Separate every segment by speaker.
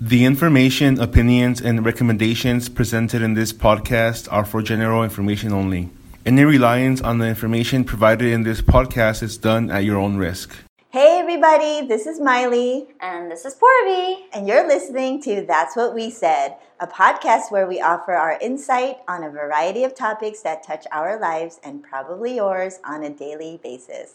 Speaker 1: The information, opinions, and recommendations presented in this podcast are for general information only. Any reliance on the information provided in this podcast is done at your own risk.
Speaker 2: Hey everybody, this is Miley,
Speaker 3: And this is Porvi.
Speaker 2: and you're listening to That's What We Said, a podcast where we offer our insight on a variety of topics that touch our lives and probably yours on a daily basis.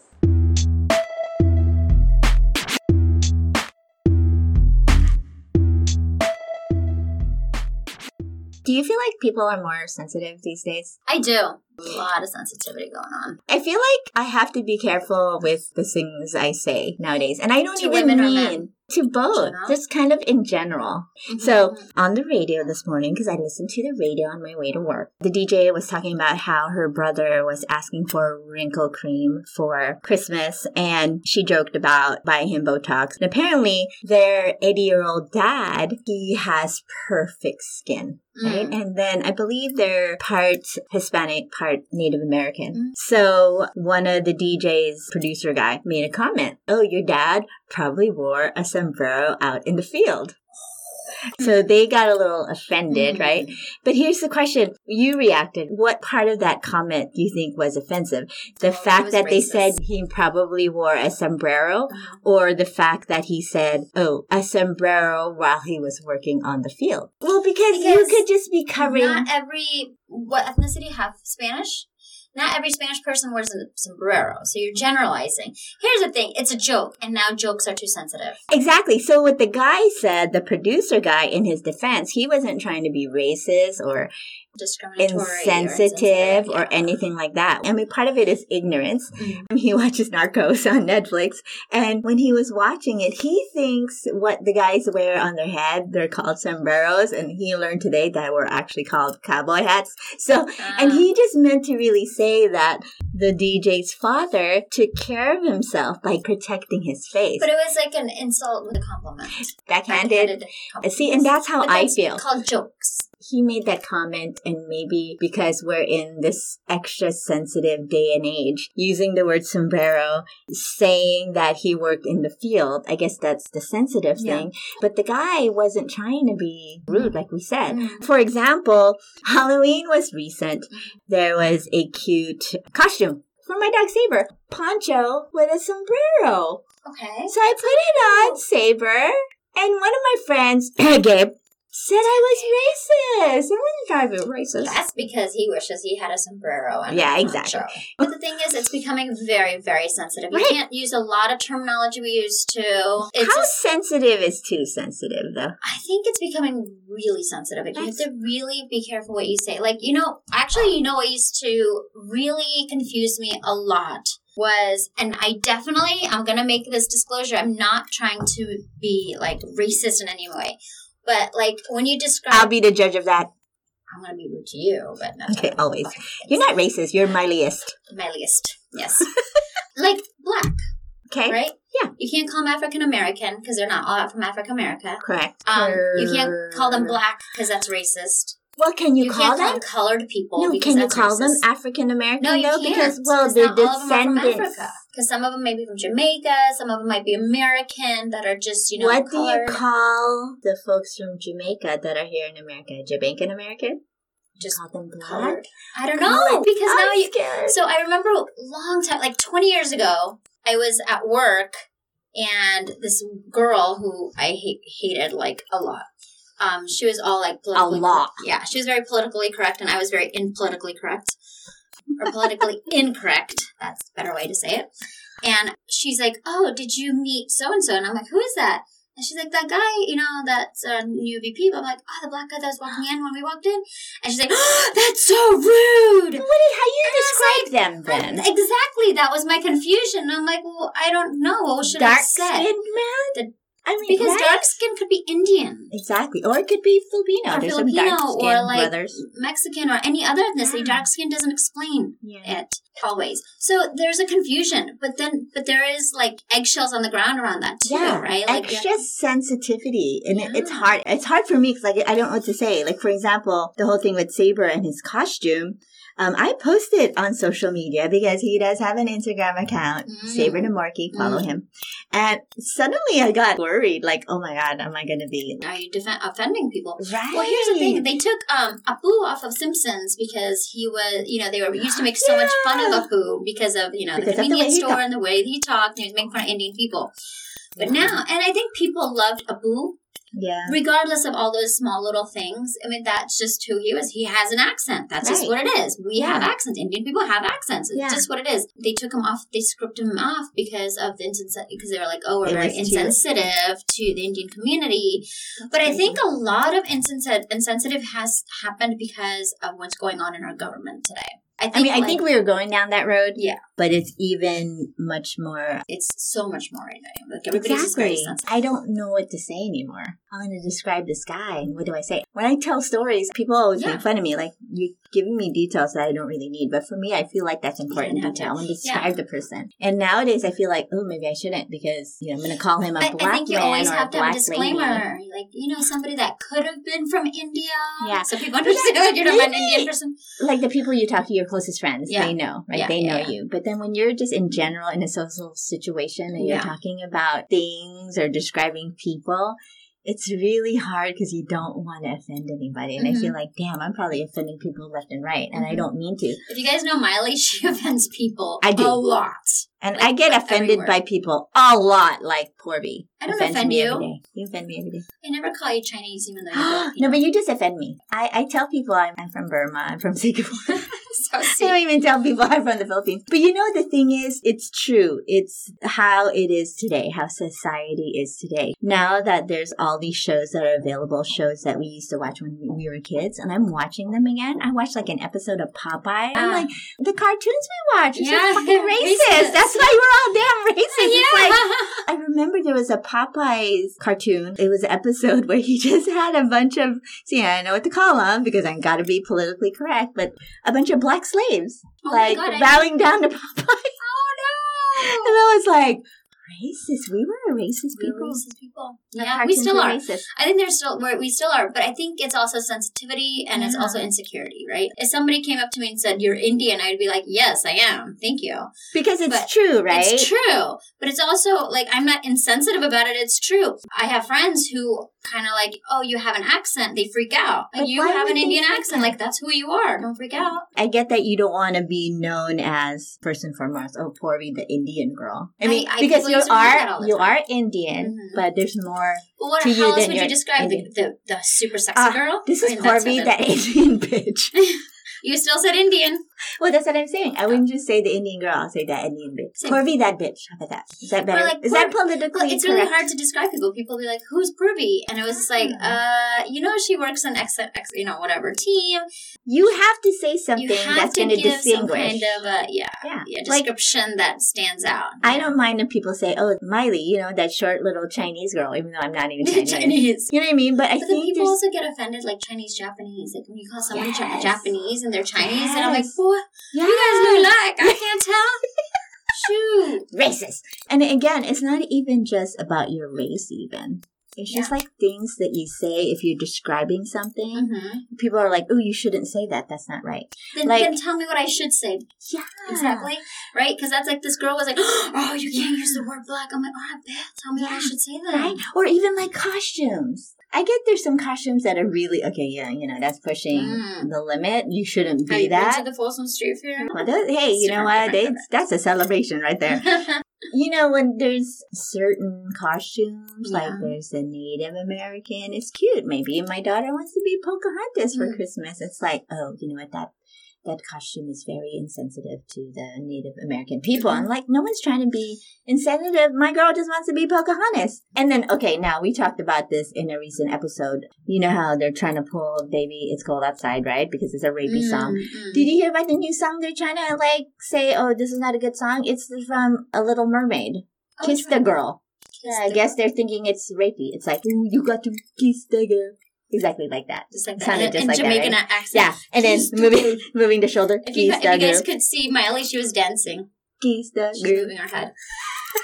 Speaker 4: Do you feel like people are more sensitive these days?
Speaker 3: I do. A lot of sensitivity going on.
Speaker 4: I feel like I have to be careful with the things I say nowadays. And I don't
Speaker 3: To
Speaker 4: even
Speaker 3: women or
Speaker 4: mean
Speaker 3: men?
Speaker 4: to both.
Speaker 3: General?
Speaker 4: Just kind of in general.
Speaker 3: Mm-hmm.
Speaker 4: So on the radio this morning, because I listened to the radio on my way to work, the DJ was talking about how her brother was asking for wrinkle cream for Christmas, and she joked about buying him Botox. And apparently, their 80 year old dad, he has perfect skin, right?
Speaker 3: Mm.
Speaker 4: And then I believe they're part Hispanic, part Native American.
Speaker 3: Mm.
Speaker 4: So one of the DJ's producer guy made a comment, "Oh, your dad probably wore a sombrero out in the field." So they got a little offended,
Speaker 3: Mhm.
Speaker 4: right? But here's the question. You reacted. What part of that comment do you think was offensive? The
Speaker 3: Oh, it
Speaker 4: fact
Speaker 3: was
Speaker 4: that they
Speaker 3: racist.
Speaker 4: said he probably wore a sombrero
Speaker 3: Uh-huh.
Speaker 4: or the fact that he said, oh, a sombrero while he was working on the field? Well, because, you
Speaker 3: Because
Speaker 4: could just be covering.
Speaker 3: Not e- every what ethnicity have Spanish? Not every Spanish person wears a sombrero, so you're generalizing. Here's the thing: it's a joke, and now jokes are too sensitive.
Speaker 4: Exactly. So what the guy said, the producer guy in his defense, he wasn't trying to be racist or
Speaker 3: Discriminatory, or
Speaker 4: insensitive
Speaker 3: yeah.
Speaker 4: or anything like that. I mean, part of it is ignorance.
Speaker 3: Mm.
Speaker 4: He watches Narcos on Netflix, and when he was watching it, he thinks what the guys wear on their head, they're called sombreros, and he learned today that we're actually called cowboy hats. So, and
Speaker 3: Uh,
Speaker 4: he just meant to really say that the DJ's father took care of himself by protecting his face.
Speaker 3: But it was like an insult with a compliment.
Speaker 4: Backhanded. See, and that's how
Speaker 3: But
Speaker 4: I
Speaker 3: that's
Speaker 4: feel.
Speaker 3: Called jokes.
Speaker 4: he made that comment and maybe because we're in this extra sensitive day and age using the word sombrero saying that he worked in the field i guess that's the sensitive
Speaker 3: Yeah.
Speaker 4: thing but the guy wasn't trying to be rude like we said
Speaker 3: Mm.
Speaker 4: for example halloween was recent there was a cute costume for my dog saber poncho with a sombrero
Speaker 3: Okay.
Speaker 4: so I put it
Speaker 3: Oh.
Speaker 4: on Saber, and one of my friends, Gabe, said I was racist. I wasn't trying to be racist.
Speaker 3: That's because he wishes he had a sombrero. And
Speaker 4: Yeah,
Speaker 3: a
Speaker 4: exactly.
Speaker 3: poncho. But the thing is, it's becoming very, very sensitive. You
Speaker 4: Right.
Speaker 3: can't use a lot of terminology we used to. It's
Speaker 4: How
Speaker 3: just,
Speaker 4: sensitive is too sensitive, though?
Speaker 3: I think it's becoming really sensitive. You have
Speaker 4: That's-
Speaker 3: to really be careful what you say. Like, you know, actually, you know what used to really confuse me a lot was, and I definitely, I'm going to make this disclosure. I'm not trying to be like racist in any way. But like when you describe,
Speaker 4: I'll be the judge of that.
Speaker 3: I'm going to be rude to you, but not
Speaker 4: Okay, always. You're not racist. You're Mileyist.
Speaker 3: my least. Yes. like black,
Speaker 4: Okay,
Speaker 3: right?
Speaker 4: Yeah.
Speaker 3: You can't call them African American because they're not all out from Africa America.
Speaker 4: correct.
Speaker 3: Um, you can't call them black because that's racist.
Speaker 4: Well, can you, call
Speaker 3: can't
Speaker 4: them?
Speaker 3: call them colored people.
Speaker 4: no,
Speaker 3: because
Speaker 4: can you
Speaker 3: that's
Speaker 4: call
Speaker 3: racist.
Speaker 4: them African American?
Speaker 3: No, you
Speaker 4: though?
Speaker 3: can't.
Speaker 4: Because well, they're
Speaker 3: not all of them are from
Speaker 4: descendants.
Speaker 3: Africa. Because some of them may be from Jamaica, some of them might be American that are just you know
Speaker 4: what
Speaker 3: colored,
Speaker 4: do you call the folks from Jamaica that are here in America? Jamaican American?
Speaker 3: just
Speaker 4: Call them black.
Speaker 3: colored. I don't know because
Speaker 4: I'm
Speaker 3: now you
Speaker 4: scared.
Speaker 3: So I remember a long time, like 20 years ago, I was at work and this girl who I hate, hated like a lot. Um, she was all like politically
Speaker 4: lot.
Speaker 3: Yeah, she was very politically correct, and I was very in politically correct or politically incorrect. That's a better way to say it. And she's like, "Oh, did you meet so and so?" And I'm like, "Who is that?" And she's like, "That guy, you know, that's our new VP." But I'm like, "Oh, the black guy that was walking in when we walked in." And she's like, "That's so rude."
Speaker 4: What is, how you
Speaker 3: And I
Speaker 4: describe them then?
Speaker 3: Exactly, that was my confusion. I'm like, well, I don't know. What should I
Speaker 4: dark
Speaker 3: say?
Speaker 4: skinned man.
Speaker 3: The-
Speaker 4: I mean,
Speaker 3: Because
Speaker 4: right?
Speaker 3: dark skin could be Indian,
Speaker 4: exactly, or it could be Filipino.
Speaker 3: Or
Speaker 4: There's
Speaker 3: Filipino,
Speaker 4: some dark skinned
Speaker 3: or, like,
Speaker 4: brothers.
Speaker 3: Mexican, or any other ethnicity.
Speaker 4: Yeah.
Speaker 3: Dark skin doesn't explain
Speaker 4: Yeah.
Speaker 3: it always. So there's a confusion, but then, but there is like eggshells on the ground around that too,
Speaker 4: Yeah,
Speaker 3: right? Like
Speaker 4: extra sensitivity, and it, it's
Speaker 3: Yeah.
Speaker 4: hard. It's hard for me because like I don't know what to say. Like for example, the whole thing with Saber and his costume. Um, I post it on social media because he does have an Instagram account,
Speaker 3: Mm.
Speaker 4: Saber Namorki, follow
Speaker 3: Mm.
Speaker 4: him. And suddenly I got worried, like, oh my God, am I going to be
Speaker 3: Are you defen offending people?
Speaker 4: right?
Speaker 3: Well, here's the thing. They took um, Apu off of Simpsons because he was, you know, they were used to make so much fun of Apu because of, you know,
Speaker 4: Because of the
Speaker 3: the
Speaker 4: way
Speaker 3: convenience
Speaker 4: he
Speaker 3: store
Speaker 4: talked.
Speaker 3: and the way he talked. And he was making fun of Indian people. But now, and I think people loved Apu
Speaker 4: yeah.
Speaker 3: regardless of all those small little things. I mean, that's just who he was. He has an accent. That's just
Speaker 4: Right.
Speaker 3: what it is. We have accents. Indian people have accents. It's
Speaker 4: Yeah.
Speaker 3: just what it is. They took him off. They scripted him off because of the insensitive. Because they were like, oh, we're
Speaker 4: It
Speaker 3: very
Speaker 4: was too-
Speaker 3: insensitive to the Indian community. But I think a lot of insensitive, insensitive has happened because of what's going on in our government today. I think,
Speaker 4: I mean, I
Speaker 3: like,
Speaker 4: think we were going down that road.
Speaker 3: Yeah.
Speaker 4: But it's even much more.
Speaker 3: it's so much more right now. Like everybody's just very sensitive.
Speaker 4: I don't know what to say anymore. I'm going to describe this guy. What do I say? When I tell stories, people always
Speaker 3: Yeah.
Speaker 4: make fun of me. Like, you're giving me details that I don't really need. But for me, I feel like that's important
Speaker 3: Yeah,
Speaker 4: detail. I want to describe the person. And nowadays, I feel like, oh, maybe I shouldn't because, you know, I'm going to call him a
Speaker 3: I,
Speaker 4: black
Speaker 3: I think you
Speaker 4: man
Speaker 3: always
Speaker 4: or
Speaker 3: have
Speaker 4: a
Speaker 3: to have
Speaker 4: black
Speaker 3: a
Speaker 4: lady.
Speaker 3: disclaimer, like you know, somebody that could have been from India.
Speaker 4: Yeah.
Speaker 3: so people understand that you're not an
Speaker 4: maybe-
Speaker 3: Indian person.
Speaker 4: like the people you talk to, your closest friends,
Speaker 3: Yeah.
Speaker 4: they know, right?
Speaker 3: Yeah,
Speaker 4: they
Speaker 3: yeah,
Speaker 4: know
Speaker 3: yeah.
Speaker 4: you. But then when you're just in general in a social situation and
Speaker 3: Yeah.
Speaker 4: you're talking about things or describing people, it's really hard because you don't want to offend anybody. And
Speaker 3: Mhm.
Speaker 4: I feel like, damn, I'm probably offending people left and right, and I
Speaker 3: Mhm.
Speaker 4: don't mean to.
Speaker 3: If you guys know Miley, she offends people
Speaker 4: I do.
Speaker 3: a lot.
Speaker 4: And
Speaker 3: Like,
Speaker 4: I get
Speaker 3: like
Speaker 4: offended
Speaker 3: everywhere.
Speaker 4: by people a lot, like Porby.
Speaker 3: I don't
Speaker 4: Offends
Speaker 3: offend
Speaker 4: me
Speaker 3: you.
Speaker 4: Every day. You offend me every day.
Speaker 3: I never call you Chinese, even though you're
Speaker 4: no, but you just offend me. I, I tell people I'm, I'm from Burma, I'm from Singapore.
Speaker 3: so
Speaker 4: I
Speaker 3: sweet.
Speaker 4: don't even tell people I'm from the Philippines. But you know, the thing is, it's true. It's how it is today, how society is today. Now that there's all these shows that are available, shows that we used to watch when we were kids, and I'm watching them again. I watched like an episode of Popeye. I'm
Speaker 3: Ah.
Speaker 4: like, the cartoons we watch are
Speaker 3: Yeah,
Speaker 4: so fucking racist.
Speaker 3: racist.
Speaker 4: That's why we're all damn racist. It's like,
Speaker 3: yeah.
Speaker 4: I remember there was a Popeyes cartoon. It was an episode where he just had a bunch of, see, I know what to call them because I gotta be politically correct, but a bunch of black slaves,
Speaker 3: Oh my
Speaker 4: like
Speaker 3: God, I-
Speaker 4: bowing down to Popeye.
Speaker 3: oh
Speaker 4: And I was like, racist. We were racist
Speaker 3: no. We're
Speaker 4: people.
Speaker 3: racist people.
Speaker 4: The
Speaker 3: Yeah, we
Speaker 4: cartoons
Speaker 3: still
Speaker 4: were
Speaker 3: are.
Speaker 4: Racist.
Speaker 3: I think there's still where we still are, but I think it's also sensitivity and it's
Speaker 4: Yeah.
Speaker 3: also insecurity, right? If somebody came up to me and said you're Indian, I'd be like, "Yes, I am. Thank you."
Speaker 4: Because it's
Speaker 3: But
Speaker 4: true, right?
Speaker 3: It's true, but it's also like I'm not insensitive about it. It's true. I have friends who kind of like, "Oh, you have an accent." They freak out. Like
Speaker 4: But
Speaker 3: you
Speaker 4: why
Speaker 3: have
Speaker 4: would
Speaker 3: an
Speaker 4: they
Speaker 3: Indian
Speaker 4: freak
Speaker 3: accent.
Speaker 4: out?
Speaker 3: Like that's who you are. Don't freak out.
Speaker 4: I get that you don't want to be known as first and foremost, oh, poor me, the Indian girl. I
Speaker 3: I-
Speaker 4: mean,
Speaker 3: I-
Speaker 4: because
Speaker 3: people
Speaker 4: you
Speaker 3: used to do that
Speaker 4: are
Speaker 3: all the
Speaker 4: you
Speaker 3: time.
Speaker 4: are Indian,
Speaker 3: Mhm.
Speaker 4: but there's more
Speaker 3: Well, what,
Speaker 4: To you,
Speaker 3: how else
Speaker 4: then
Speaker 3: would you
Speaker 4: you're
Speaker 3: describe the,
Speaker 4: Indian.
Speaker 3: the the super sexy
Speaker 4: Ah,
Speaker 3: girl?
Speaker 4: This
Speaker 3: I
Speaker 4: is
Speaker 3: mean, that's
Speaker 4: Corby,
Speaker 3: offensive.
Speaker 4: that Indian bitch.
Speaker 3: You still said Indian.
Speaker 4: well, that's what I'm saying. I wouldn't just say the Indian girl. I'll say that Indian bitch.
Speaker 3: Same.
Speaker 4: Corby, that bitch. How about that? Is that better?
Speaker 3: Or like
Speaker 4: is that
Speaker 3: Cor-
Speaker 4: politically
Speaker 3: Well, it's
Speaker 4: correct?
Speaker 3: really hard to describe people. People be like, "Who's Purvi?" And I was just like, "Uh, you know, she works on X, X you know, whatever team.
Speaker 4: You have to say something
Speaker 3: you have
Speaker 4: that's
Speaker 3: to
Speaker 4: going to
Speaker 3: give some
Speaker 4: distinguish.
Speaker 3: kind of a yeah,
Speaker 4: yeah.
Speaker 3: yeah
Speaker 4: like
Speaker 3: description that stands out."
Speaker 4: I don't mind if people say, "Oh, Miley," you know, that short little Chinese girl, even though I'm not even Chinese.
Speaker 3: Chinese.
Speaker 4: You know what I mean? But I
Speaker 3: But then
Speaker 4: think
Speaker 3: people
Speaker 4: there's
Speaker 3: also get offended, like Chinese Japanese. Like when you call somebody Chi-
Speaker 4: Yes.
Speaker 3: Japanese and they're Chinese, and I'm like,
Speaker 4: Yes. Ah.
Speaker 3: "What?
Speaker 4: yeah.
Speaker 3: You guys look like I can't tell." Shoot.
Speaker 4: racist. And again, it's not even just about your race. Even it's just like things that you say if you're describing something.
Speaker 3: Mm-hmm.
Speaker 4: People are like, "Oh, you shouldn't say that. That's not right."
Speaker 3: Then,
Speaker 4: Like-
Speaker 3: then tell me what I should say.
Speaker 4: Yeah,
Speaker 3: Exactly. Right? Because that's like this girl was like, oh, you can't use the word black. I'm like, oh, I bet. Tell me what I
Speaker 4: Yeah.
Speaker 3: should say then.
Speaker 4: Right? Or even like costumes. I get there's some costumes that are really okay. Yeah, you know that's pushing
Speaker 3: Mm.
Speaker 4: the limit. You shouldn't
Speaker 3: Have
Speaker 4: be
Speaker 3: you been
Speaker 4: that.
Speaker 3: to the Folsom Street Fair?
Speaker 4: Well, those- hey, you know
Speaker 3: Super
Speaker 4: what? They,
Speaker 3: different.
Speaker 4: that's a celebration right there. you know when there's certain costumes, like
Speaker 3: Yeah.
Speaker 4: there's the Native American. It's cute. Maybe my daughter wants to be Pocahontas for
Speaker 3: Mm.
Speaker 4: Christmas. It's like, oh, you know what that. That costume is very insensitive to the Native American people. I'm like, no one's trying to be insensitive. My girl just wants to be Pocahontas. And then, okay, now we talked about this in a recent episode. You know how they're trying to pull "Baby It's Cold Outside," right? Because it's a rapey song.
Speaker 3: Mm, mm.
Speaker 4: Did you hear about the new song they're trying to like say? Oh, this is not a good song. It's from A Little Mermaid.
Speaker 3: Oh,
Speaker 4: Kiss
Speaker 3: try
Speaker 4: the
Speaker 3: it.
Speaker 4: girl.
Speaker 3: Kiss
Speaker 4: I
Speaker 3: the
Speaker 4: guess
Speaker 3: girl.
Speaker 4: they're thinking it's rapey. It's like, ooh, you got to kiss the girl. Exactly like that.
Speaker 3: Just like
Speaker 4: It
Speaker 3: that.
Speaker 4: sounded
Speaker 3: in,
Speaker 4: just
Speaker 3: in
Speaker 4: like that,
Speaker 3: Jamaican
Speaker 4: right?
Speaker 3: accent.
Speaker 4: Yeah, and then
Speaker 3: Kiss the girl.
Speaker 4: moving, moving the shoulder.
Speaker 3: If you,
Speaker 4: Kiss
Speaker 3: if you
Speaker 4: the
Speaker 3: guys
Speaker 4: girl.
Speaker 3: could see Miley, she was dancing.
Speaker 4: Kiss the
Speaker 3: She was
Speaker 4: girl.
Speaker 3: moving her head.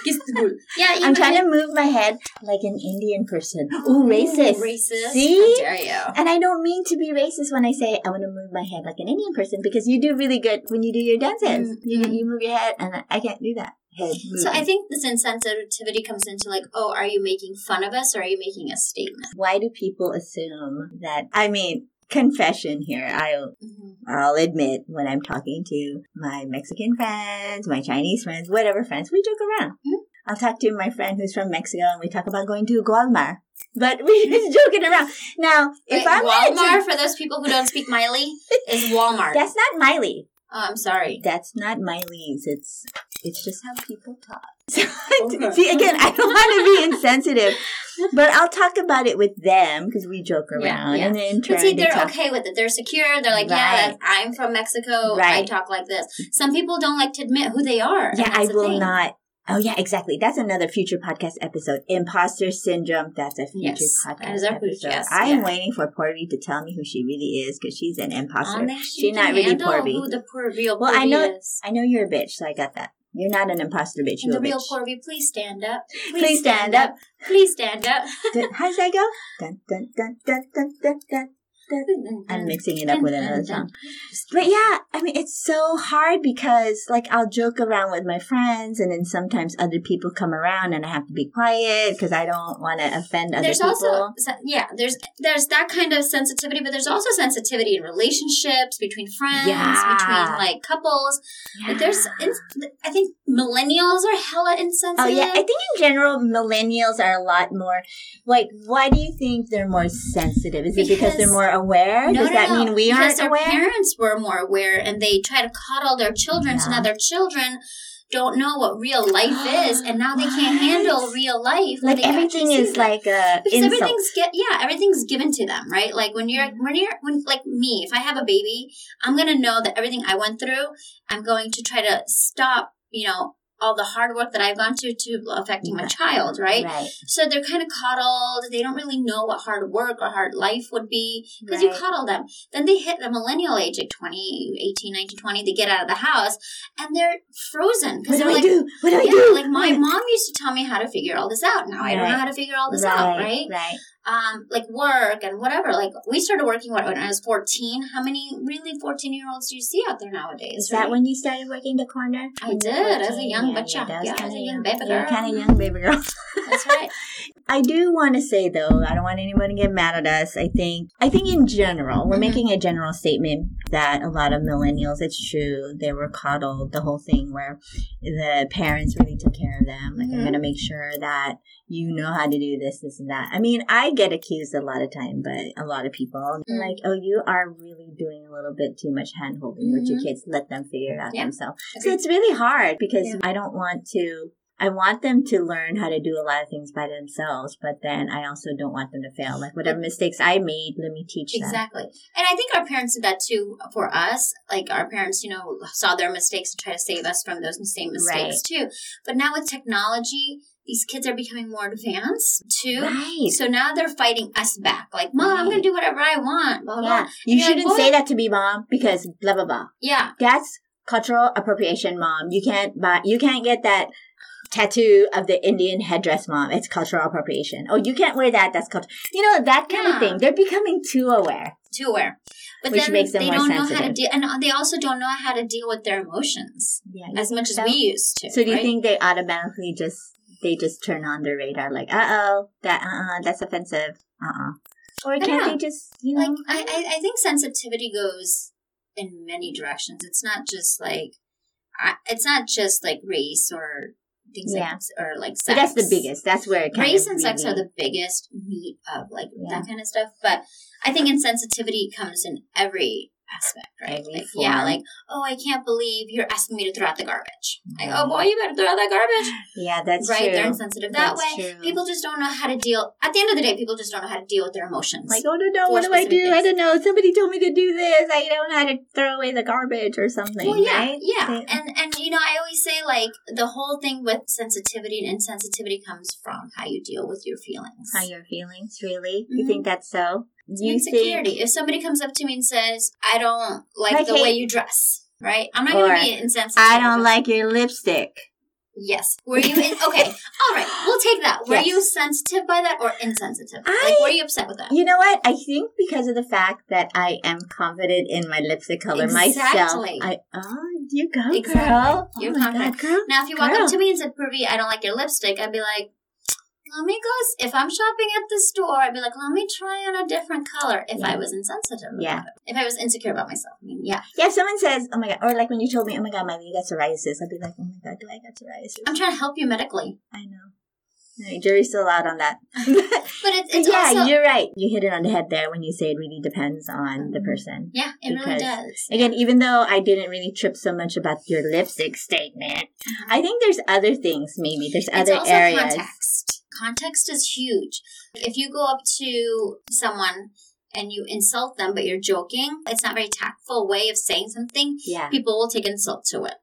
Speaker 3: Kiss the ghoul. Yeah,
Speaker 4: I'm trying to move my head like an Indian person. Ooh, racist.
Speaker 3: Racist.
Speaker 4: See?
Speaker 3: How dare you?
Speaker 4: And I don't mean to be racist when I say I want to move my head like an Indian person because you do really good when you do your dances. You,
Speaker 3: Mhm.
Speaker 4: you move your head, and I can't do that. Head
Speaker 3: So I
Speaker 4: movement.
Speaker 3: think this insensitivity comes into like, oh, are you making fun of us or are you making a statement?
Speaker 4: Why do people assume that? I mean, confession here. I'll
Speaker 3: Mm-hmm.
Speaker 4: I'll admit when I'm talking to my Mexican friends, my Chinese friends, whatever friends, we joke around.
Speaker 3: Mhm.
Speaker 4: I'll talk to my friend who's from Mexico and we talk about going to Guadalmar. But we're just joking around. Now, if I'm
Speaker 3: Walmart, for those people who don't speak Miley, is Walmart.
Speaker 4: that's not Miley.
Speaker 3: oh, I'm sorry.
Speaker 4: That's not Miley's. It's it's just how people talk.
Speaker 3: Okay.
Speaker 4: See, again, I don't want to be insensitive, but I'll talk about it with them because we joke
Speaker 3: Yeah,
Speaker 4: around,
Speaker 3: yeah.
Speaker 4: and then in
Speaker 3: But
Speaker 4: turn
Speaker 3: see,
Speaker 4: they
Speaker 3: they're
Speaker 4: talk.
Speaker 3: okay with it. They're secure. They're like, yeah,
Speaker 4: Right.
Speaker 3: that's, I'm from Mexico. I
Speaker 4: Right.
Speaker 3: talk like this. Some people don't like to admit who they are. and
Speaker 4: Yeah,
Speaker 3: that's
Speaker 4: I
Speaker 3: the
Speaker 4: will
Speaker 3: thing.
Speaker 4: not. Oh yeah, exactly. That's another future podcast episode. Imposter syndrome. That's a future
Speaker 3: Yes,
Speaker 4: podcast
Speaker 3: that is our future-
Speaker 4: episode.
Speaker 3: yes,
Speaker 4: I am
Speaker 3: yeah.
Speaker 4: waiting for Porby to tell me who she really is because she's an imposter.
Speaker 3: Honestly,
Speaker 4: She's
Speaker 3: you
Speaker 4: not
Speaker 3: can
Speaker 4: really
Speaker 3: handle
Speaker 4: Porby.
Speaker 3: Who the poor real
Speaker 4: Well,
Speaker 3: Porby
Speaker 4: I know-
Speaker 3: is.
Speaker 4: I know you're a bitch, so I got that. You're not an imposter bitch. You're
Speaker 3: And the
Speaker 4: a
Speaker 3: real
Speaker 4: bitch.
Speaker 3: Porby, please stand up.
Speaker 4: Please stand up.
Speaker 3: Please stand up.
Speaker 4: Dun- How does that go? Dun, dun, dun, dun, dun, dun, dun. I'm mixing it up with another song. But yeah, I mean, it's so hard because, like, I'll joke around with my friends, and then sometimes other people come around, and I have to be quiet because I don't want to offend other
Speaker 3: there's
Speaker 4: people.
Speaker 3: also so- yeah there's there's that kind of sensitivity but there's also sensitivity in relationships between friends
Speaker 4: Yeah.
Speaker 3: between like couples like there's ins- i think millennials are hella insensitive
Speaker 4: Ah. Oh yeah, I think in general millennials are a lot more like. Why do you think they're more sensitive? Is it because
Speaker 3: Because-
Speaker 4: they're more aware?
Speaker 3: No,
Speaker 4: Does
Speaker 3: no,
Speaker 4: that
Speaker 3: no,
Speaker 4: mean we
Speaker 3: because
Speaker 4: aren't
Speaker 3: their
Speaker 4: aware?
Speaker 3: parents were more aware and they try to coddle their children so
Speaker 4: Yeah.
Speaker 3: now their children don't know what real life is and now they can't
Speaker 4: What?
Speaker 3: handle real life when
Speaker 4: like
Speaker 3: they
Speaker 4: everything
Speaker 3: actually see
Speaker 4: is
Speaker 3: that.
Speaker 4: like a insult.
Speaker 3: because
Speaker 4: Mm-hmm.
Speaker 3: everything's get yeah everything's given to them right like when you're when you're when like me if i have a baby i'm gonna know that everything i went through i'm going to try to stop you know all the hard work that i've gone through to affecting my
Speaker 4: Right.
Speaker 3: child right,
Speaker 4: Right.
Speaker 3: so they're kind of coddled they don't really know what hard work or hard life would be because you
Speaker 4: Right.
Speaker 3: coddle them then they hit the millennial age at 20 18 19 20 they get out of the house and they're frozen
Speaker 4: What
Speaker 3: because
Speaker 4: do
Speaker 3: they're
Speaker 4: I
Speaker 3: like
Speaker 4: do? What do I
Speaker 3: yeah,
Speaker 4: do?
Speaker 3: like my
Speaker 4: What?
Speaker 3: mom used to tell me how to figure all this out. Now I don't know
Speaker 4: Right.
Speaker 3: how to figure all this out, right?
Speaker 4: Right.
Speaker 3: um, like work and whatever. Like we started working what, when I was fourteen. How many really fourteen year olds do you see out there nowadays?
Speaker 4: Is that
Speaker 3: right?
Speaker 4: when you started working the corner?
Speaker 3: I
Speaker 4: When you were
Speaker 3: did, as a
Speaker 4: 14?
Speaker 3: young
Speaker 4: yeah,
Speaker 3: butcha.
Speaker 4: yeah, that was
Speaker 3: Yeah, as
Speaker 4: kinda
Speaker 3: a young
Speaker 4: young.
Speaker 3: baby
Speaker 4: You were
Speaker 3: girl.
Speaker 4: kind of young baby girl.
Speaker 3: That's right.
Speaker 4: I do want to say though, I don't want anyone to get mad at us. I think, I think in general, we're
Speaker 3: Mhm.
Speaker 4: making a general statement that a lot of millennials, it's true, they were coddled. The whole thing where the parents really took care of them. Like, I'm
Speaker 3: Mhm.
Speaker 4: going to make sure that you know how to do this, this, and that. I mean, I get accused a lot of time, but a lot of people
Speaker 3: Mm.
Speaker 4: like, oh, you are really doing a little bit too much hand holding with your
Speaker 3: Mhm.
Speaker 4: kids. Let them figure it out
Speaker 3: Yeah.
Speaker 4: themselves. So
Speaker 3: Agreed.
Speaker 4: it's really hard because
Speaker 3: Yeah.
Speaker 4: I don't want to. I want them to learn how to do a lot of things by themselves, but then I also don't want them to fail. Like whatever mistakes I made, let me teach them.
Speaker 3: Exactly. And I think our parents did that too for us. Like our parents, you know, saw their mistakes and try to save us from those same mistakes too. But now with technology, these kids are becoming more advanced too.
Speaker 4: Right.
Speaker 3: So now they're fighting us back. Like, mom, I'm going to do whatever I want. Blah, blah,
Speaker 4: yeah. You
Speaker 3: blah. And you're like,
Speaker 4: shouldn't
Speaker 3: what?
Speaker 4: say that to me, mom, because blah blah blah.
Speaker 3: Yeah.
Speaker 4: That's cultural appropriation, mom. You can't buy. You can't get that tattoo of the Indian headdress, mom. It's cultural appropriation. Oh, you can't wear that. That's culture. You know that kind
Speaker 3: Yeah.
Speaker 4: of thing. They're becoming too aware.
Speaker 3: too aware. But
Speaker 4: Which
Speaker 3: then
Speaker 4: makes them
Speaker 3: they
Speaker 4: more
Speaker 3: don't know how to
Speaker 4: sensitive.
Speaker 3: deal, and they also don't know how to deal with their emotions
Speaker 4: Yeah.
Speaker 3: as much as we used to.
Speaker 4: So do you
Speaker 3: right?
Speaker 4: think they automatically just they just turn on their radar like, uh oh, that uh uh that's offensive. Uh uh Or
Speaker 3: I
Speaker 4: can't
Speaker 3: know.
Speaker 4: they just you
Speaker 3: Like
Speaker 4: know
Speaker 3: I, I, I think sensitivity goes in many directions. It's not just like, I, it's not just like race or things
Speaker 4: Yeah.
Speaker 3: like or like
Speaker 4: but
Speaker 3: sex.
Speaker 4: that's the biggest. That's where it kind
Speaker 3: Race
Speaker 4: of
Speaker 3: and sex
Speaker 4: really-
Speaker 3: are the biggest meat of like
Speaker 4: Yeah.
Speaker 3: that kind of stuff. But I think insensitivity comes in every aspect, right?
Speaker 4: Every
Speaker 3: Like, yeah,
Speaker 4: form.
Speaker 3: like oh, I can't believe you're asking me to throw out the garbage. Like oh boy,
Speaker 4: Right.
Speaker 3: you better throw out that garbage.
Speaker 4: Yeah, Mm-hmm. that's
Speaker 3: right?
Speaker 4: true.
Speaker 3: They're insensitive that
Speaker 4: That's
Speaker 3: way.
Speaker 4: true.
Speaker 3: People just don't know how to deal. At the end of the day, people just don't know how to deal with their emotions.
Speaker 4: like, oh no no,
Speaker 3: For
Speaker 4: what do I do?
Speaker 3: specific
Speaker 4: I
Speaker 3: things.
Speaker 4: don't know. Somebody told me to do this. I don't know how to throw away the garbage or something.
Speaker 3: well, yeah,
Speaker 4: right?
Speaker 3: yeah,
Speaker 4: They-
Speaker 3: and and you know, I always say like the whole thing with sensitivity and insensitivity comes from how you deal with your feelings.
Speaker 4: how your feelings really?
Speaker 3: Mhm.
Speaker 4: You think that's so? You
Speaker 3: insecurity. If somebody comes up to me and says, "I don't like
Speaker 4: Like,
Speaker 3: the
Speaker 4: hey-
Speaker 3: way you dress," right? I'm not
Speaker 4: Or,
Speaker 3: going to be insensitive.
Speaker 4: I don't like your lipstick.
Speaker 3: Yes. Were you in? Okay. All right. We'll take that. Were
Speaker 4: Yes.
Speaker 3: you sensitive by that or insensitive?
Speaker 4: I-
Speaker 3: like, were you upset with that?
Speaker 4: You know what? I think because of the fact that I am confident in my lipstick color myself.
Speaker 3: Exactly.
Speaker 4: I oh, you go,
Speaker 3: Exactly.
Speaker 4: girl.
Speaker 3: You're
Speaker 4: oh my God,
Speaker 3: confident.
Speaker 4: girl.
Speaker 3: Now, if you walk
Speaker 4: Girl.
Speaker 3: up to me and said, Pervy, I don't like your lipstick, I'd be like, let me go. s- If I'm shopping at the store, I'd be like, let me try on a different color if
Speaker 4: Yeah.
Speaker 3: I was insensitive. about
Speaker 4: Yeah.
Speaker 3: it. If I was insecure about myself. I mean, yeah.
Speaker 4: Yeah, if someone says, "Oh my god," or like when you told me, "Oh my god, Miley, you got psoriasis," I'd be like, "Oh my god, do I got psoriasis?"
Speaker 3: I'm trying to help you medically.
Speaker 4: I know. All right, jury's still out on that.
Speaker 3: But it's, it's
Speaker 4: yeah,
Speaker 3: also.
Speaker 4: you're right. You hit it on the head there when you say it really depends on
Speaker 3: Mm-hmm.
Speaker 4: the person.
Speaker 3: Yeah, it really
Speaker 4: because-
Speaker 3: does.
Speaker 4: Again, even though I didn't really trip so much about your lipstick statement, I think there's other things. Maybe there's
Speaker 3: Mm-hmm. It's
Speaker 4: other
Speaker 3: also
Speaker 4: areas.
Speaker 3: context. Context is huge. If you go up to someone and you insult them, but you're joking, it's not a very tactful way of saying something.
Speaker 4: Yeah.
Speaker 3: People will take insult to it,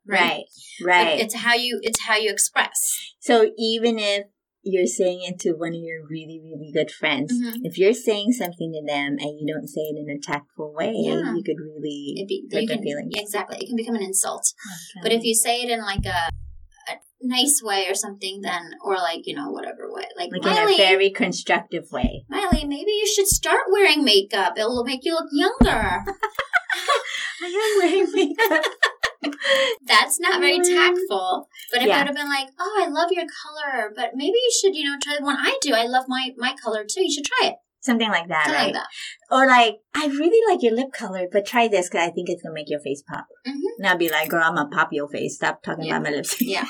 Speaker 4: Right.
Speaker 3: right? But
Speaker 4: Right.
Speaker 3: It's how you it's how you express.
Speaker 4: So even if you're saying it to one of your really, really good friends,
Speaker 3: Mhm.
Speaker 4: if you're saying something to them and you don't say it in a tactful way,
Speaker 3: Yeah.
Speaker 4: you could really
Speaker 3: It be,
Speaker 4: hurt
Speaker 3: you
Speaker 4: their
Speaker 3: can,
Speaker 4: feelings.
Speaker 3: yeah, exactly. It can become an insult. But if you say it in like a, a nice way or something, then or like you know whatever way, like,
Speaker 4: like in
Speaker 3: Miley,
Speaker 4: a very constructive way.
Speaker 3: Miley, maybe you should start wearing makeup. It'll make you look younger.
Speaker 4: I am wearing makeup.
Speaker 3: That's not very
Speaker 4: Mm.
Speaker 3: tactful. But if
Speaker 4: Yeah.
Speaker 3: I would have been like, "Oh, I love your color, but maybe you should, you know, try the one I do. I love my my color too. You should try it."
Speaker 4: Something like that,
Speaker 3: Something
Speaker 4: right?
Speaker 3: like that.
Speaker 4: Or like, I really like your lip color, but try this because I think it's gonna make your face pop.
Speaker 3: Mhm.
Speaker 4: And I'll be like, girl, I'm gonna pop your face. Stop talking
Speaker 3: Yeah.
Speaker 4: about my lips.
Speaker 3: Yeah,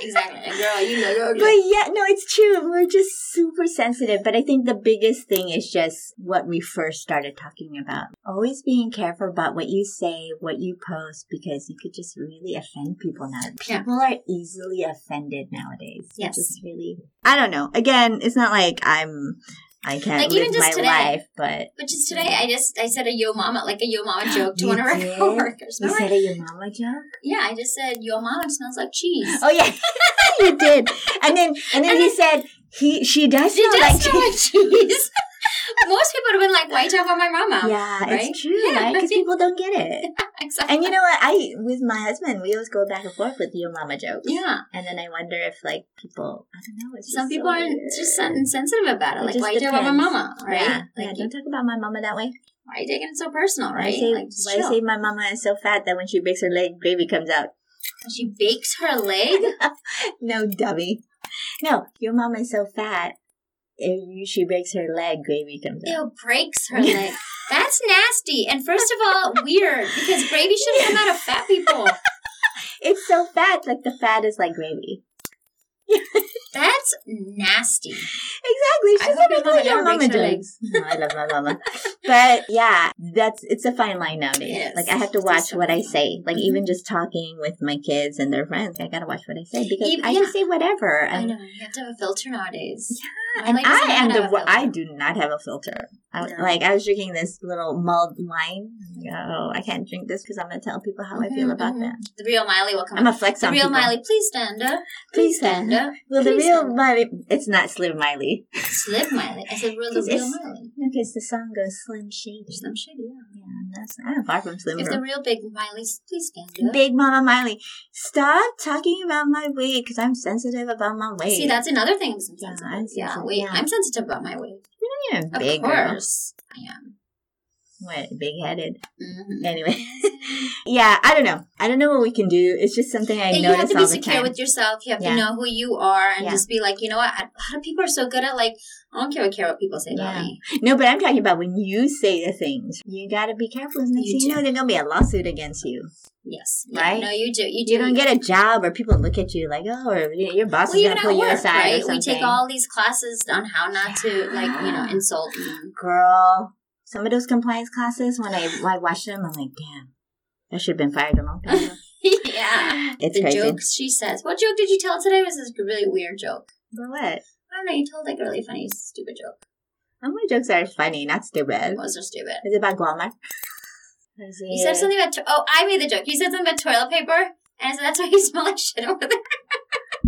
Speaker 3: exactly. And girl, you know, you're
Speaker 4: But yeah, no, it's true. We're just super sensitive. But I think the biggest thing is just what we first started talking about. Always being careful about what you say, what you post, because you could just really offend people now.
Speaker 3: Yeah.
Speaker 4: People are easily offended nowadays. It's
Speaker 3: Yes.
Speaker 4: Just really. I don't know. Again, it's not like I'm. I can't
Speaker 3: Like,
Speaker 4: live
Speaker 3: even just
Speaker 4: my
Speaker 3: today,
Speaker 4: life, but
Speaker 3: But just today, I just I said a yo mama, like a yo mama joke to
Speaker 4: You
Speaker 3: one of our
Speaker 4: did?
Speaker 3: coworkers.
Speaker 4: you
Speaker 3: Remember?
Speaker 4: said it your mama joke.
Speaker 3: yeah, I just said yo mama smells like cheese.
Speaker 4: Oh yeah, you did. And then and then
Speaker 3: And
Speaker 4: he
Speaker 3: then-
Speaker 4: said he she does
Speaker 3: she
Speaker 4: smell
Speaker 3: does
Speaker 4: like
Speaker 3: smell like cheese. Most people would have been like, "Why you talk about my mama?"
Speaker 4: Yeah,
Speaker 3: right?
Speaker 4: it's true,
Speaker 3: Yeah.
Speaker 4: right? Because people don't get it.
Speaker 3: exactly.
Speaker 4: And you know what? I with my husband, we always go back and forth with your mama jokes.
Speaker 3: yeah,
Speaker 4: And then I wonder if like people, I don't know. It's just
Speaker 3: some people
Speaker 4: so
Speaker 3: are
Speaker 4: weird.
Speaker 3: just insensitive about it.
Speaker 4: It
Speaker 3: like,
Speaker 4: just
Speaker 3: why you talk about my
Speaker 4: depends.
Speaker 3: mama? Right?
Speaker 4: Yeah, yeah,
Speaker 3: Like,
Speaker 4: don't talk about my mama that way.
Speaker 3: why are you taking it so personal?
Speaker 4: Why
Speaker 3: Right?
Speaker 4: say,
Speaker 3: like, just
Speaker 4: why
Speaker 3: chill.
Speaker 4: say my mama is so fat that when she bakes her leg, gravy comes out?
Speaker 3: she bakes her leg.
Speaker 4: No, dummy. No, your mama is so fat. If you- she breaks her leg, gravy comes out.
Speaker 3: Ew, breaks her leg. That's nasty. And first of all, weird because gravy should come out of fat people.
Speaker 4: It's so fat, like the fat is like gravy.
Speaker 3: That's nasty.
Speaker 4: Exactly. She's
Speaker 3: I hope your
Speaker 4: like, "Oh,
Speaker 3: mama never breaks her
Speaker 4: jokes."
Speaker 3: legs.
Speaker 4: No, I love my mama. but yeah, that's it's a fine line nowadays.
Speaker 3: It is.
Speaker 4: Like I have to
Speaker 3: It's
Speaker 4: watch
Speaker 3: a
Speaker 4: what I
Speaker 3: fine
Speaker 4: say. Like
Speaker 3: Mhm.
Speaker 4: even just talking with my kids and their friends, I gotta watch what I say because
Speaker 3: Even-
Speaker 4: I just say whatever.
Speaker 3: I
Speaker 4: And,
Speaker 3: know you have to have a filter nowadays. My
Speaker 4: and
Speaker 3: life doesn't
Speaker 4: I am
Speaker 3: have
Speaker 4: the
Speaker 3: a
Speaker 4: wo- I
Speaker 3: filter.
Speaker 4: do not have a filter. I, was-
Speaker 3: No.
Speaker 4: Like I was drinking this little mulled wine. I'm like, oh, I can't drink this because I'm gonna tell people how I feel
Speaker 3: Mhm,
Speaker 4: about
Speaker 3: mhm.
Speaker 4: them.
Speaker 3: The real Miley will come.
Speaker 4: I'm a flex
Speaker 3: the
Speaker 4: on
Speaker 3: real
Speaker 4: people.
Speaker 3: Miley, please stand up.
Speaker 4: Please
Speaker 3: Please stand up.
Speaker 4: Well, the
Speaker 3: Please
Speaker 4: real
Speaker 3: don't.
Speaker 4: Miley, it's not Slim Miley
Speaker 3: Slip Miley. I said, real, the
Speaker 4: 'Cause
Speaker 3: real
Speaker 4: it's-
Speaker 3: Miley.
Speaker 4: because the song goes Slim Shady.
Speaker 3: Slim Shady, yeah.
Speaker 4: Yeah, that's I'm far from Slim.
Speaker 3: If
Speaker 4: Room.
Speaker 3: the real big Miley's, please stand up.
Speaker 4: Big Mama Miley, stop talking about my weight because I'm sensitive about my weight.
Speaker 3: See, that's another thing I'm
Speaker 4: Yeah,
Speaker 3: sensitive.
Speaker 4: I'm
Speaker 3: Yeah,
Speaker 4: sensitive,
Speaker 3: wait,
Speaker 4: yeah.
Speaker 3: I'm sensitive about my weight.
Speaker 4: You're a
Speaker 3: Of
Speaker 4: big girl.
Speaker 3: course, I am.
Speaker 4: What, big headed?
Speaker 3: Mhm.
Speaker 4: Anyway, yeah, I don't know. I don't know what we can do. It's just something I
Speaker 3: And you
Speaker 4: notice
Speaker 3: have to
Speaker 4: all
Speaker 3: be
Speaker 4: the
Speaker 3: secure
Speaker 4: time.
Speaker 3: with yourself. You have
Speaker 4: Yeah.
Speaker 3: to know who you are and
Speaker 4: Yeah.
Speaker 3: just be like, you know what? A lot of people are so good at like, I don't care, care what people say
Speaker 4: Yeah.
Speaker 3: about me.
Speaker 4: no, but I'm talking about when you say the things. You gotta be careful. and Next
Speaker 3: You
Speaker 4: thing you
Speaker 3: do.
Speaker 4: know, there's gonna be a lawsuit against you.
Speaker 3: Yes.
Speaker 4: Right?
Speaker 3: No, you do. You do.
Speaker 4: You don't get a job, or people look at you like, oh, or your boss
Speaker 3: Well,
Speaker 4: is
Speaker 3: even
Speaker 4: gonna
Speaker 3: at
Speaker 4: pull
Speaker 3: work,
Speaker 4: you aside or
Speaker 3: right?
Speaker 4: something.
Speaker 3: We take all these classes on how not to, like, you know,
Speaker 4: Yeah.
Speaker 3: insult. and-
Speaker 4: girl. Some of those compliance classes, when I, I watch them, I'm like, damn, I should have been fired a long time ago.
Speaker 3: yeah.
Speaker 4: It's
Speaker 3: the
Speaker 4: crazy.
Speaker 3: jokes she says. What joke did you tell today? It was this really weird joke.
Speaker 4: But what?
Speaker 3: I don't know. You told like a really funny, stupid joke.
Speaker 4: All my jokes are funny, not stupid.
Speaker 3: It was so stupid.
Speaker 4: Is it about Guamar? Is
Speaker 3: You said
Speaker 4: it-
Speaker 3: something about. To- oh, I made the joke. You said something about toilet paper, and I said that's why you smell like shit over there.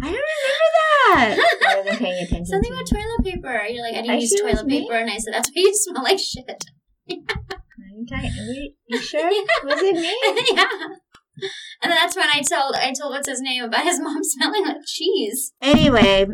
Speaker 4: I don't remember that. I wasn't paying attention.
Speaker 3: Something
Speaker 4: to
Speaker 3: about
Speaker 4: it.
Speaker 3: toilet paper. You're like, I didn't
Speaker 4: Are
Speaker 3: use
Speaker 4: you serious,
Speaker 3: toilet
Speaker 4: me?
Speaker 3: paper, and I said that's why you smell like shit.
Speaker 4: Are you talking- are you- you sure? Was it me?
Speaker 3: yeah. And then that's when I told I told what's his name about his mom smelling like cheese.
Speaker 4: Anyway,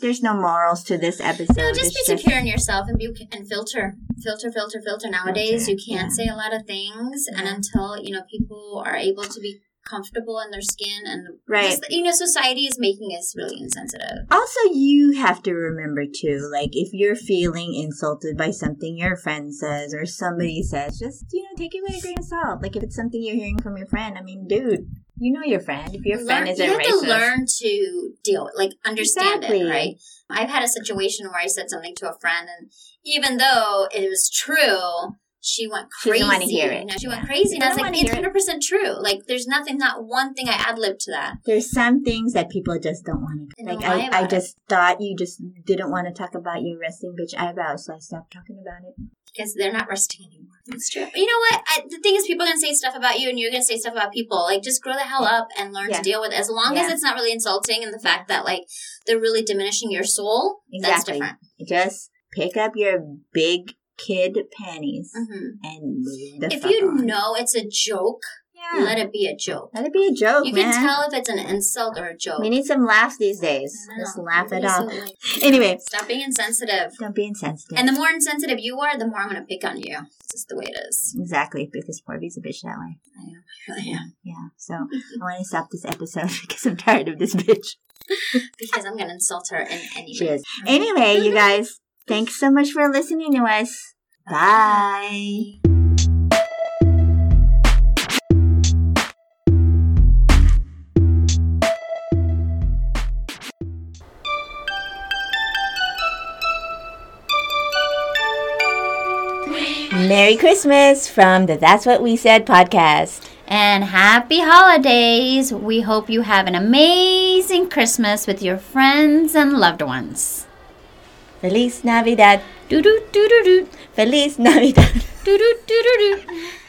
Speaker 4: there's no morals to this episode.
Speaker 3: No, just be
Speaker 4: It's
Speaker 3: secure in yourself and be and filter, filter, filter, filter. Nowadays, you can't say a lot of things, and until you know people are able to be comfortable in their skin and
Speaker 4: Right.
Speaker 3: just, you know, society is making us really insensitive.
Speaker 4: Also, you have to remember too, like if you're feeling insulted by something your friend says or somebody says, just you know, take it with a grain of salt. Like if it's something you're hearing from your friend, I mean, dude, you know your friend. If your friend
Speaker 3: Learn-
Speaker 4: is a
Speaker 3: you have
Speaker 4: racist,
Speaker 3: to learn to deal with, like understand
Speaker 4: Exactly.
Speaker 3: it, right? I've had a situation where I said something to a friend, and even though it was true, she went
Speaker 4: She
Speaker 3: crazy.
Speaker 4: doesn't wanna hear it.
Speaker 3: You know, she
Speaker 4: Yeah.
Speaker 3: went crazy, and I
Speaker 4: They don't
Speaker 3: was like,
Speaker 4: wanna
Speaker 3: "It's
Speaker 4: hear it.
Speaker 3: hundred percent true. Like, there's nothing, not one thing I ad libbed to that."
Speaker 4: there's some things that people just don't want to.
Speaker 3: They
Speaker 4: Like
Speaker 3: don't lie
Speaker 4: I, I
Speaker 3: about it.
Speaker 4: just thought you just didn't want to talk about your resting bitch eyebrows, so I stopped talking about it.
Speaker 3: because they're not resting anymore. That's true. But you know what? I, the thing is, people are going to say stuff about you, and you're going to say stuff about people. Like, just grow the hell up and learn
Speaker 4: Yeah.
Speaker 3: to deal with it. As long as
Speaker 4: Yeah.
Speaker 3: it's not really insulting, and the fact that like they're really diminishing your soul, that's
Speaker 4: Exactly.
Speaker 3: different.
Speaker 4: Just pick up your big kid panties
Speaker 3: hmm
Speaker 4: and move the
Speaker 3: If
Speaker 4: fuck
Speaker 3: you
Speaker 4: on.
Speaker 3: know it's a joke,
Speaker 4: yeah,
Speaker 3: let it be a joke.
Speaker 4: let it be a joke,
Speaker 3: you
Speaker 4: man.
Speaker 3: can tell if it's an insult or a joke.
Speaker 4: We need some laughs these days.
Speaker 3: I know.
Speaker 4: Just laugh it off.
Speaker 3: Absolutely.
Speaker 4: Anyway,
Speaker 3: Stop being insensitive.
Speaker 4: don't be insensitive.
Speaker 3: And the more insensitive you are, the more I'm going to pick on you. It's just the way it is.
Speaker 4: exactly, because Morby's a bitch that way.
Speaker 3: I really am.
Speaker 4: Yeah. So I want to stop this episode because I'm tired of this bitch.
Speaker 3: Because I'm going to insult her in any
Speaker 4: She
Speaker 3: way.
Speaker 4: is. Anyway, you guys, thanks so much for listening to us. Bye.
Speaker 2: Merry Christmas from the That's What We Said podcast.
Speaker 5: And happy holidays! We hope you have an amazing Christmas with your friends and loved ones.
Speaker 2: Feliz Navidad.
Speaker 5: Doo doo doo doo doo
Speaker 2: Feliz Navidad.
Speaker 5: doo doo doo doo.